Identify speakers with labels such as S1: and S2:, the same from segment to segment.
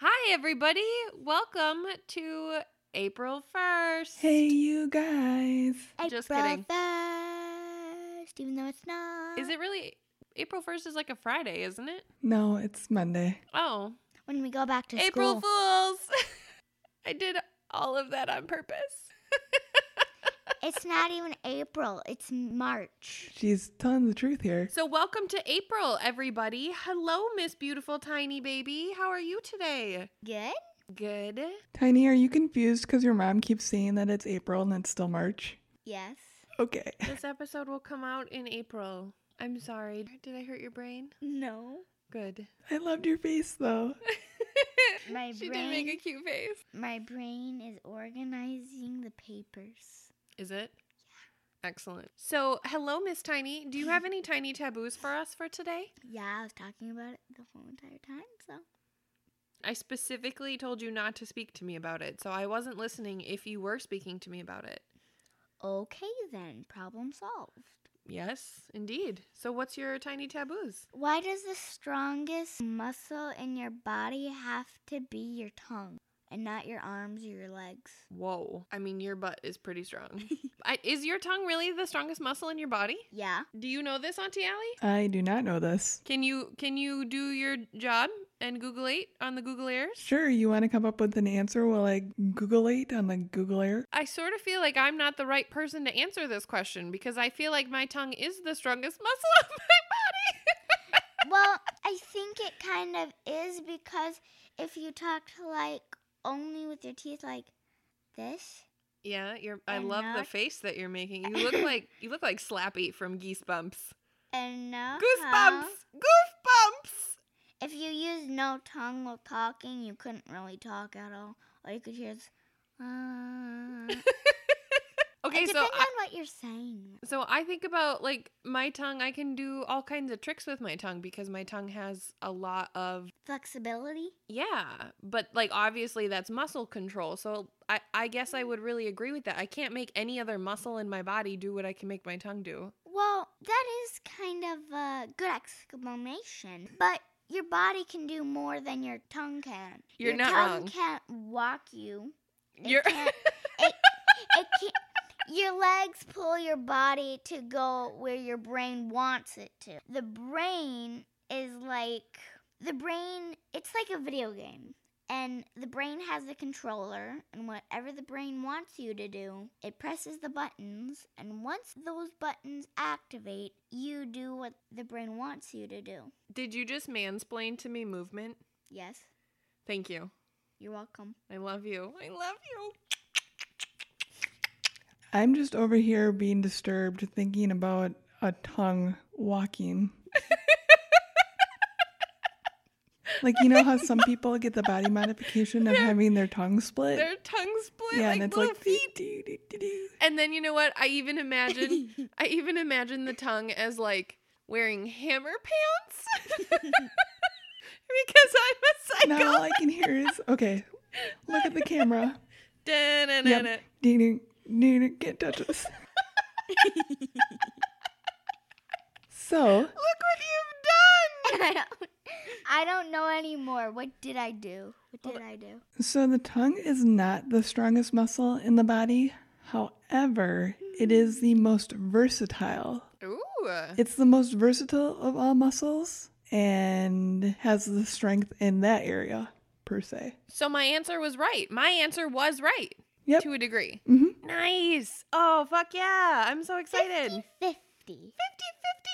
S1: Hi, everybody. Welcome to April 1st.
S2: Hey, you guys.
S1: Just
S3: April
S1: kidding.
S3: First, even though it's not.
S1: Is it really? April 1st is like a Friday, isn't it?
S2: No, it's Monday.
S1: Oh.
S3: when we go back to school?
S1: April Fools. I did all of that on purpose.
S3: it's not even April. It's March.
S2: She's telling the truth here.
S1: So, welcome to April, everybody. Hello, Miss Beautiful Tiny Baby. How are you today?
S3: Good.
S1: Good.
S2: Tiny, are you confused because your mom keeps saying that it's April and it's still March?
S3: Yes.
S2: Okay.
S1: This episode will come out in April. I'm sorry. Did I hurt your brain?
S3: No.
S1: Good.
S2: I loved your face though.
S3: My
S1: she did make a
S3: brain-
S1: cute face.
S3: My brain is organizing the papers.
S1: Is it? Excellent. So, hello, Miss Tiny. Do you have any tiny taboos for us for today?
S3: Yeah, I was talking about it the whole entire time. So
S1: I specifically told you not to speak to me about it, so I wasn't listening if you were speaking to me about it.
S3: okay then, problem solved.
S1: Yes, indeed. So, what's your tiny taboos?
S3: Why does the strongest muscle in your body have to be your tongue and not your arms or your legs?
S1: Whoa. I mean, your butt is pretty strong. I, is your tongue really the strongest muscle in your body?
S3: Yeah.
S1: Do you know this, Auntie Allie?
S2: I do not know this.
S1: Can you can you do your job and Google it on the Google Ears?
S2: Sure, you want to come up with an answer while I Google it on the Google Air?
S1: I sort of feel like I'm not the right person to answer this question because I feel like my tongue is the strongest muscle of my body.
S3: well, I think it kind of is because if you talked like only with your teeth like this,
S1: yeah, you're I
S3: And
S1: love the
S3: not-
S1: face that you're making. You look like you look like Slappy from Uh-huh. Geese Bumps.
S3: and no
S1: Goosebumps.
S3: tongue-
S1: Goosebumps.
S3: If you used no tongue while talking, you couldn't really talk at all. All you could hear is. Uh,
S1: Okay,
S3: it
S1: so
S3: depends
S1: I,
S3: on what you're saying.
S1: so I think about like my tongue. I can do all kinds of tricks with my tongue because my tongue has a lot of
S3: Flexibility.
S1: Yeah, but like obviously that's muscle control. So I I guess I would really agree with that. I can't make any other muscle in my body do what I can make my tongue do.
S3: Well, that is kind of a good exclamation, but your body can do more than your tongue can.
S1: You're
S3: your
S1: not
S3: tongue
S1: wrong.
S3: can't walk you. It
S1: You're
S3: can't- it, it can't. Your legs pull your body to go where your brain wants it to. The brain is like the brain. It's like a video game. And the brain has the controller, and whatever the brain wants you to do, it presses the buttons. And once those buttons activate, you do what the brain wants you to do.
S1: Did you just mansplain to me movement?
S3: Yes,
S1: Thank you.
S3: you're welcome.
S1: I love you. I love you.
S2: I'm just over here being disturbed thinking about a tongue walking. like you know how some people get the body modification of having their tongue split?
S1: Their tongue split
S2: yeah,
S1: like
S2: and it's
S1: little
S2: like
S1: feet.
S2: doo, doo, doo, doo.
S1: And then you know what? I even imagine I even imagine the tongue as like wearing hammer pants. because I'm a psycho.
S2: Now all I can hear is okay. Look at the camera.
S1: Da-na-na-na.
S2: Yep. Ding, ding, ding, ding, can't touch us. so
S1: Look what you've done.
S3: I don't, I don't know anymore. What did I do? What did I do?
S2: So the tongue is not the strongest muscle in the body. However, it is the most versatile.
S1: Ooh.
S2: It's the most versatile of all muscles and has the strength in that area per se.
S1: So my answer was right. My answer was right.
S2: Yep.
S1: to a degree.
S2: hmm
S1: Nice. Oh, fuck yeah. I'm so excited. 50 50
S3: 50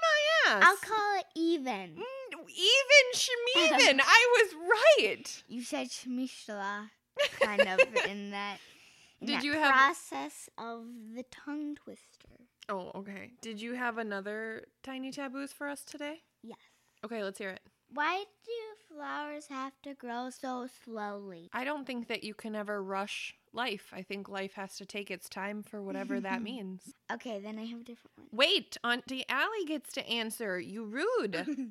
S1: my ass.
S3: I'll call it even.
S1: Mm, Even Shmeven. I was right.
S3: You said shmishla kind of in that, in
S1: Did
S3: that
S1: you have-
S3: process of the tongue twister.
S1: Oh, okay. Did you have another tiny taboos for us today?
S3: Yes.
S1: Okay, let's hear it.
S3: Why do flowers have to grow so slowly?
S1: I don't think that you can ever rush life. I think life has to take its time for whatever that means.
S3: Okay, then I have a different one.
S1: Wait, Auntie Allie gets to answer. You rude.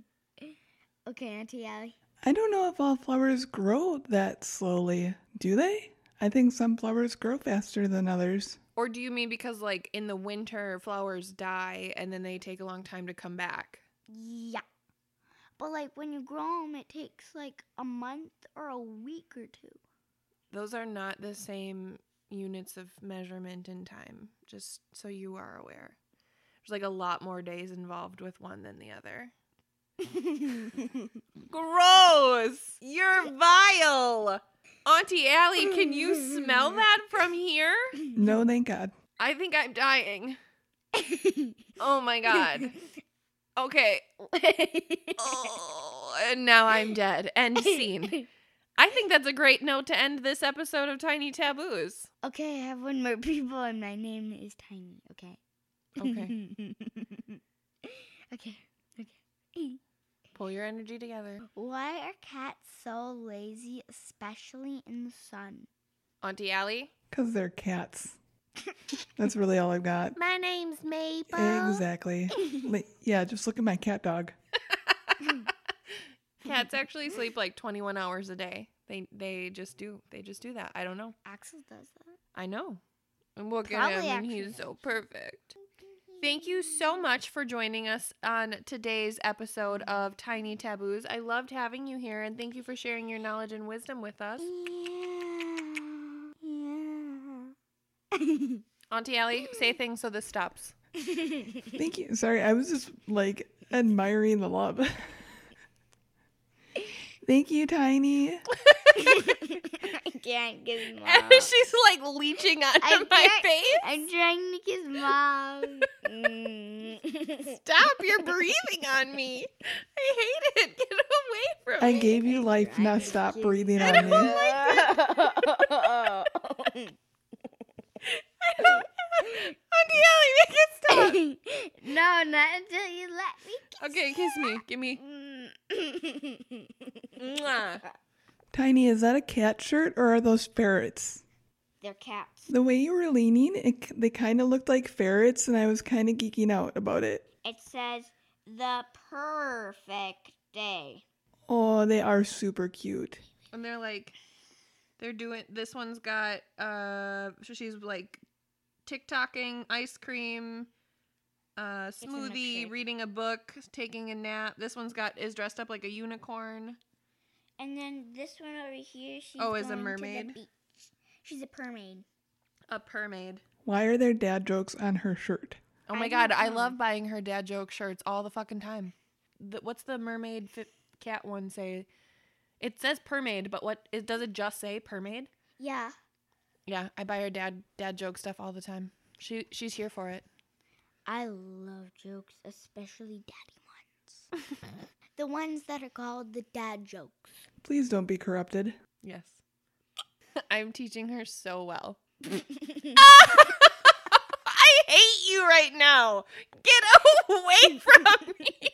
S3: Okay, Auntie Allie.
S2: I don't know if all flowers grow that slowly, do they? I think some flowers grow faster than others.
S1: or do you mean because, like, in the winter, flowers die and then they take a long time to come back?
S3: Yeah. But like when you grow them, it takes like a month or a week or two.
S1: Those are not the same units of measurement in time, just so you are aware. There's like a lot more days involved with one than the other. Gross! You're vile! Auntie Allie, can you smell that from here?
S2: No, thank God.
S1: I think I'm dying. Oh my god. Okay. Oh, and now I'm dead. End scene. I think that's a great note to end this episode of Tiny Taboos.
S3: okay, I have one more people, and my name is Tiny. Okay. Okay. okay. Okay.
S1: Pull your energy together.
S3: Why are cats so lazy, especially in the sun?
S1: Auntie Allie?
S2: Because they're cats. That's really all I've got.
S3: My name's Mabel.
S2: Exactly. Like, yeah, just look at my cat dog.
S1: Cats actually sleep like 21 hours a day. They they just do. They just do that. I don't know.
S3: Axel does that.
S1: I know. I'm looking at
S3: Probably
S1: him and
S3: actually
S1: he's so perfect. Thank you so much for joining us on today's episode of Tiny Taboos. I loved having you here and thank you for sharing your knowledge and wisdom with us.
S3: Yeah.
S1: Auntie Allie, say things so this stops.
S3: Yeah.
S2: Thank you. Sorry, I was just like admiring the love. Thank you, Tiny.
S3: I can't kiss mom.
S1: And she's like leeching onto
S3: Uh, I
S1: my
S3: can't-
S1: face.
S3: I'm trying to kiss mom. Mm.
S1: Stop, you're breathing on me. I hate it. Get away from
S2: I
S1: me.
S2: gave you life, now stop breathing
S1: I
S2: on
S1: don't
S2: me.
S1: I don't- Auntie Allie, make it stop.
S3: no, not until you let me.
S1: Okay, kiss me. Give me.
S3: Mm.
S1: Mwah.
S2: Tiny, is that a cat shirt or are those ferrets?
S3: They're cats.
S2: The way you were leaning, it, k- they kind of looked like ferrets, and I was kind of geeking out about it.
S3: It says the perfect day.
S2: Oh, they are super cute.
S1: And they're like, they're doing. This one's got. Uh, so she's like, TikToking ice cream, uh,
S3: a milkshake.
S1: smoothie, reading a book, taking a nap. This one's got is dressed up like a unicorn.
S3: And then this one over here, she's
S1: Oh, is
S3: going to
S1: a
S3: the
S1: mermaid?
S3: beach. She's a mermaid.
S1: A permaid.
S2: Why are there dad jokes on her shirt?
S1: Oh
S3: I
S1: my
S3: need
S1: god, I
S3: some.
S1: love buying her dad joke shirts all the fucking time. The, what's the mermaid fi- cat one say? It says permaid, but what it does it just say permaid?
S3: Yeah.
S1: Yeah, I buy her dad dad joke stuff all the time. She she's here for it.
S3: I love jokes, especially daddy ones. the ones that are called the dad jokes.
S2: Please don't be corrupted.
S1: Yes. I'm teaching her so well. I hate you right now. Get away from me.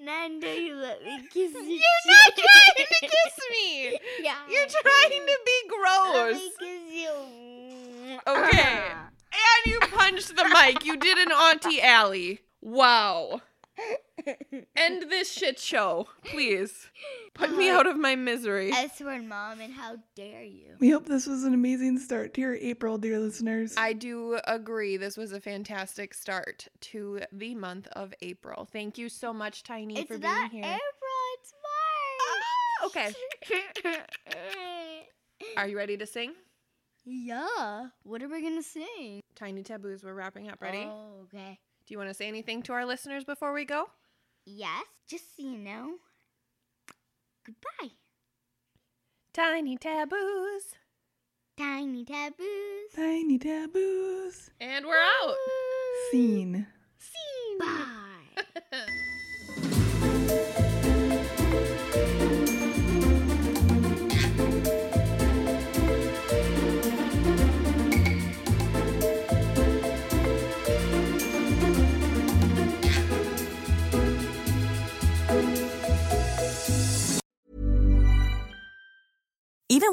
S3: Not until you let me kiss you.
S1: You're not trying to kiss me.
S3: Yeah.
S1: You're trying to be
S3: Let
S1: gross.
S3: me kiss you.
S1: Okay. And you punched the mic. You did an Auntie Alley. Wow. End this shit show, please. Put me out of my misery.
S3: S word mom, and how dare you?
S2: We hope this was an amazing start to your April, dear listeners.
S1: I do agree. This was a fantastic start to the month of April. Thank you so much, Tiny,
S3: It's
S1: for being
S3: not
S1: here. Ah,
S3: April, it's March.
S1: okay. Are you ready to sing?
S3: yeah. What are we gonna sing?
S1: Tiny Taboos, we're wrapping up. Ready?
S3: Oh, okay.
S1: Do you want to say anything to our listeners before we go?
S3: Yes. Just so you know. Goodbye.
S1: Tiny Taboos.
S3: Tiny taboos.
S2: Tiny taboos.
S1: And we're out.
S2: Scene.
S3: Bye.
S4: Even